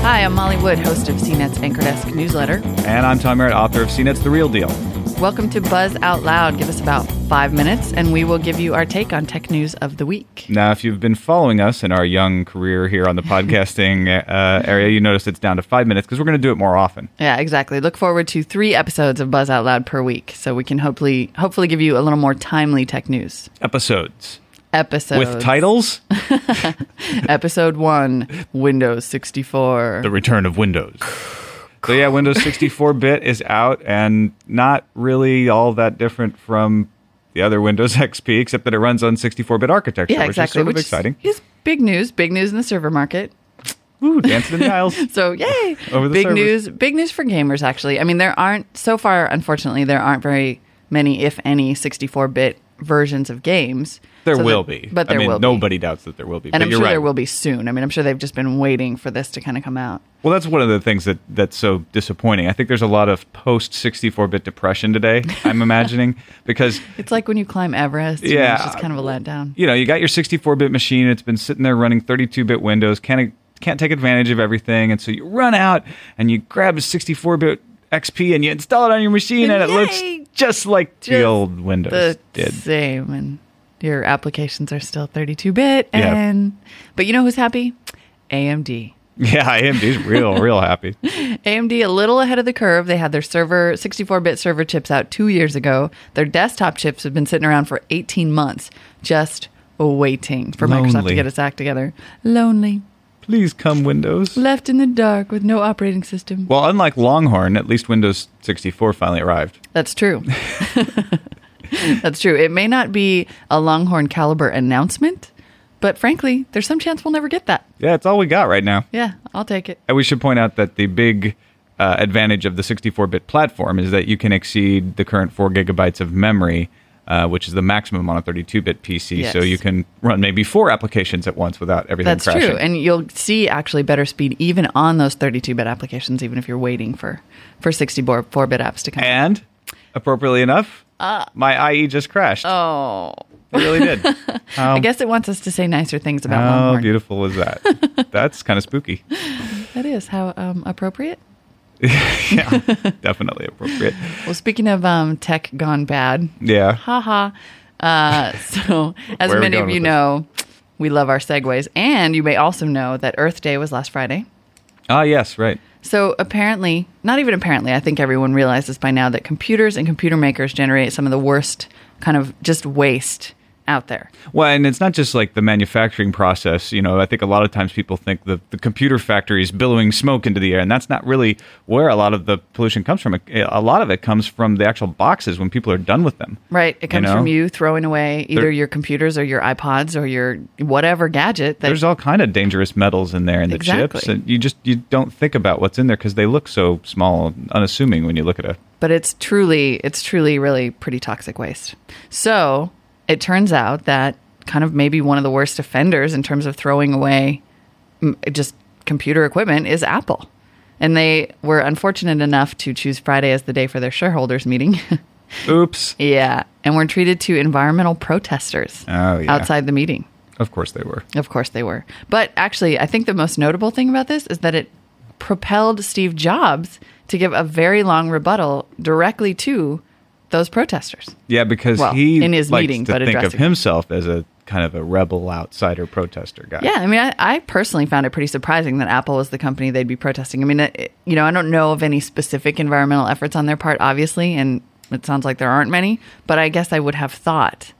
Hi, I'm Molly Wood, host of CNET's Anchor Desk newsletter. And I'm Tom Merritt, author of CNET's The Real Deal. Welcome to Buzz Out Loud. Give us about five minutes, and we will give you our take on tech news of the week. Now, if you've been following us in our young career here on the podcasting uh, area, you notice it's down to five minutes because we're going to do it more often. Yeah, exactly. Look forward to three episodes of Buzz Out Loud per week, so we can hopefully hopefully give you a little more timely tech news Episodes episode. with titles episode one, Windows 64. The Return of Windows. So, yeah, Windows 64 bit is out and not really all that different from the other Windows XP, except that it runs on 64 bit architecture, yeah, exactly. which is sort of exciting. is big news. Big news in the server market. Ooh, dancing in tiles. So yay! Over the big servers. news, big news for gamers. Actually, I mean, there aren't so far. Unfortunately, there aren't very many, if any, 64-bit versions of games. There So will that- be. but there I mean, will be. nobody doubts that there will be. and but I'm you're sure right. there will be soon. I mean, I'm sure they've just been waiting for this to kind of come out. Well, that's one of the things that that's so disappointing. I think there's a lot of post 64-bit depression today. I'm imagining because It's like when you climb Everest. you know, Yeah. it's just kind of a letdown. you know you got your 64-bit machine. It's been sitting there running 32-bit Windows. Can't can't take advantage of everything, and so you run out and you grab a 64-bit XP and you install it on your machine, and, it Yay! looks just like the Just old Windows The did. same, and your applications are still 32-bit. Yeah. And but you know who's happy? AMD. Yeah, I am. He's real, real happy. AMD a little ahead of the curve. They had their server 64-bit server chips out 2 years ago. Their desktop chips have been sitting around for 18 months just waiting for Microsoft to Lonely. get its act together. Lonely, Please come Windows. left in the dark with no operating system. Well, unlike Longhorn, at least Windows 64 finally arrived. That's true. That's true. It may not be a Longhorn caliber announcement, but frankly, there's some chance we'll never get that. Yeah, it's all we got right now. Yeah, I'll take it. And we should point out that the big uh, advantage of the 64-bit platform is that you can exceed the current four gigabytes of memory, uh, which is the maximum on a 32-bit PC. So Yes. you can run maybe four applications at once without everything That's crashing. true. And you'll see actually better speed even on those 32 bit applications, even if you're waiting for, for 64 bit apps to come. And, appropriately enough, my IE just crashed. Uh. Oh. It really did. I guess it wants us to say nicer things about How Longhorn. Oh. beautiful was that? That's kind of spooky. That is how um, appropriate. Yeah, definitely appropriate. Well, speaking of um, tech gone bad, Yeah. haha. Uh, so, as Where are we many of going you with this? know, we love our segues. And you may also know that Earth Day was last Friday. Ah, yes, right. So apparently, not even apparently, I think everyone realizes by now that computers and computer makers generate some of the worst kind of just waste out there. Well, and it's not just like the manufacturing process. You know, I think a lot of times people think the, the computer factory is billowing smoke into the air, and that's not really where a lot of the pollution comes from. A lot of it comes from the actual boxes when people are done with them. Right? It comes know? from you throwing away either There- your computers or your iPods or your whatever gadget that There's all kind of dangerous metals in there in the chips, Exactly. and you just you don't think about what's in there because they look so small, and unassuming when you look at a. but it's truly it's truly really pretty toxic waste. So, it turns out that kind of maybe one of the worst offenders in terms of throwing away m- just computer equipment is Apple. And they were unfortunate enough to choose Friday as the day for their shareholders meeting. Oops. yeah, and were treated to environmental protesters Oh, yeah. outside the meeting. Of course they were. Of course they were. But actually, I think the most notable thing about this is that it propelled Steve Jobs to give a very long rebuttal directly to those protesters. Yeah, because Well, he in his likes meeting, to but think of addressing it. himself as a kind of a rebel outsider protester guy. Yeah, I mean, I, I personally found it pretty surprising that Apple was the company they'd be protesting. I mean, it, you know, I don't know of any specific environmental efforts on their part, obviously, and it sounds like there aren't many, but I guess I would have thought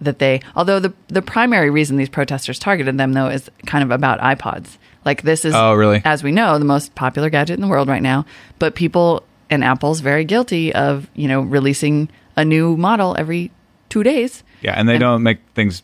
that they, although the, the primary reason these protesters targeted them, though, is kind of about iPods. Like, this is, Oh, really? as we know, the most popular gadget in the world right now, but people and Apple's very guilty of, you know, releasing a new model every two days. Yeah, and they don't make things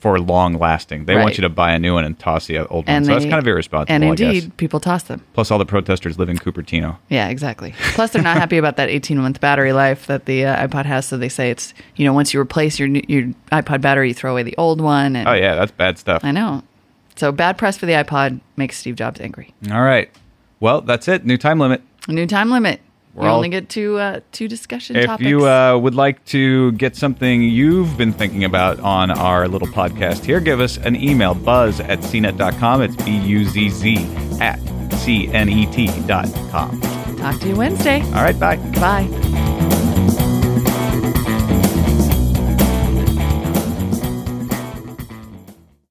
for long lasting. They Right. want you to buy a new one and toss the old one. And Oh, So that's they- kind of irresponsible, And I indeed, guess. people toss them. Plus, all the protesters live in Cupertino. Yeah, exactly. Plus, they're not happy about that 18 month battery life that the uh, iPod has. So they say it's you know once you replace your new- your iPod battery, you throw away the old one. And Oh yeah, that's bad stuff. I know. So bad press for the iPod makes Steve Jobs angry. All right. Well, that's it. New time limit. New time limit. We're you all- only get two uh, two discussion If topics. you uh, would like to get something you've been thinking about on our little podcast here, give us an email, buzz at cnet.com. It's B-U-Z-Z at C N E T dot com. Talk to you Wednesday. All right, bye. Bye.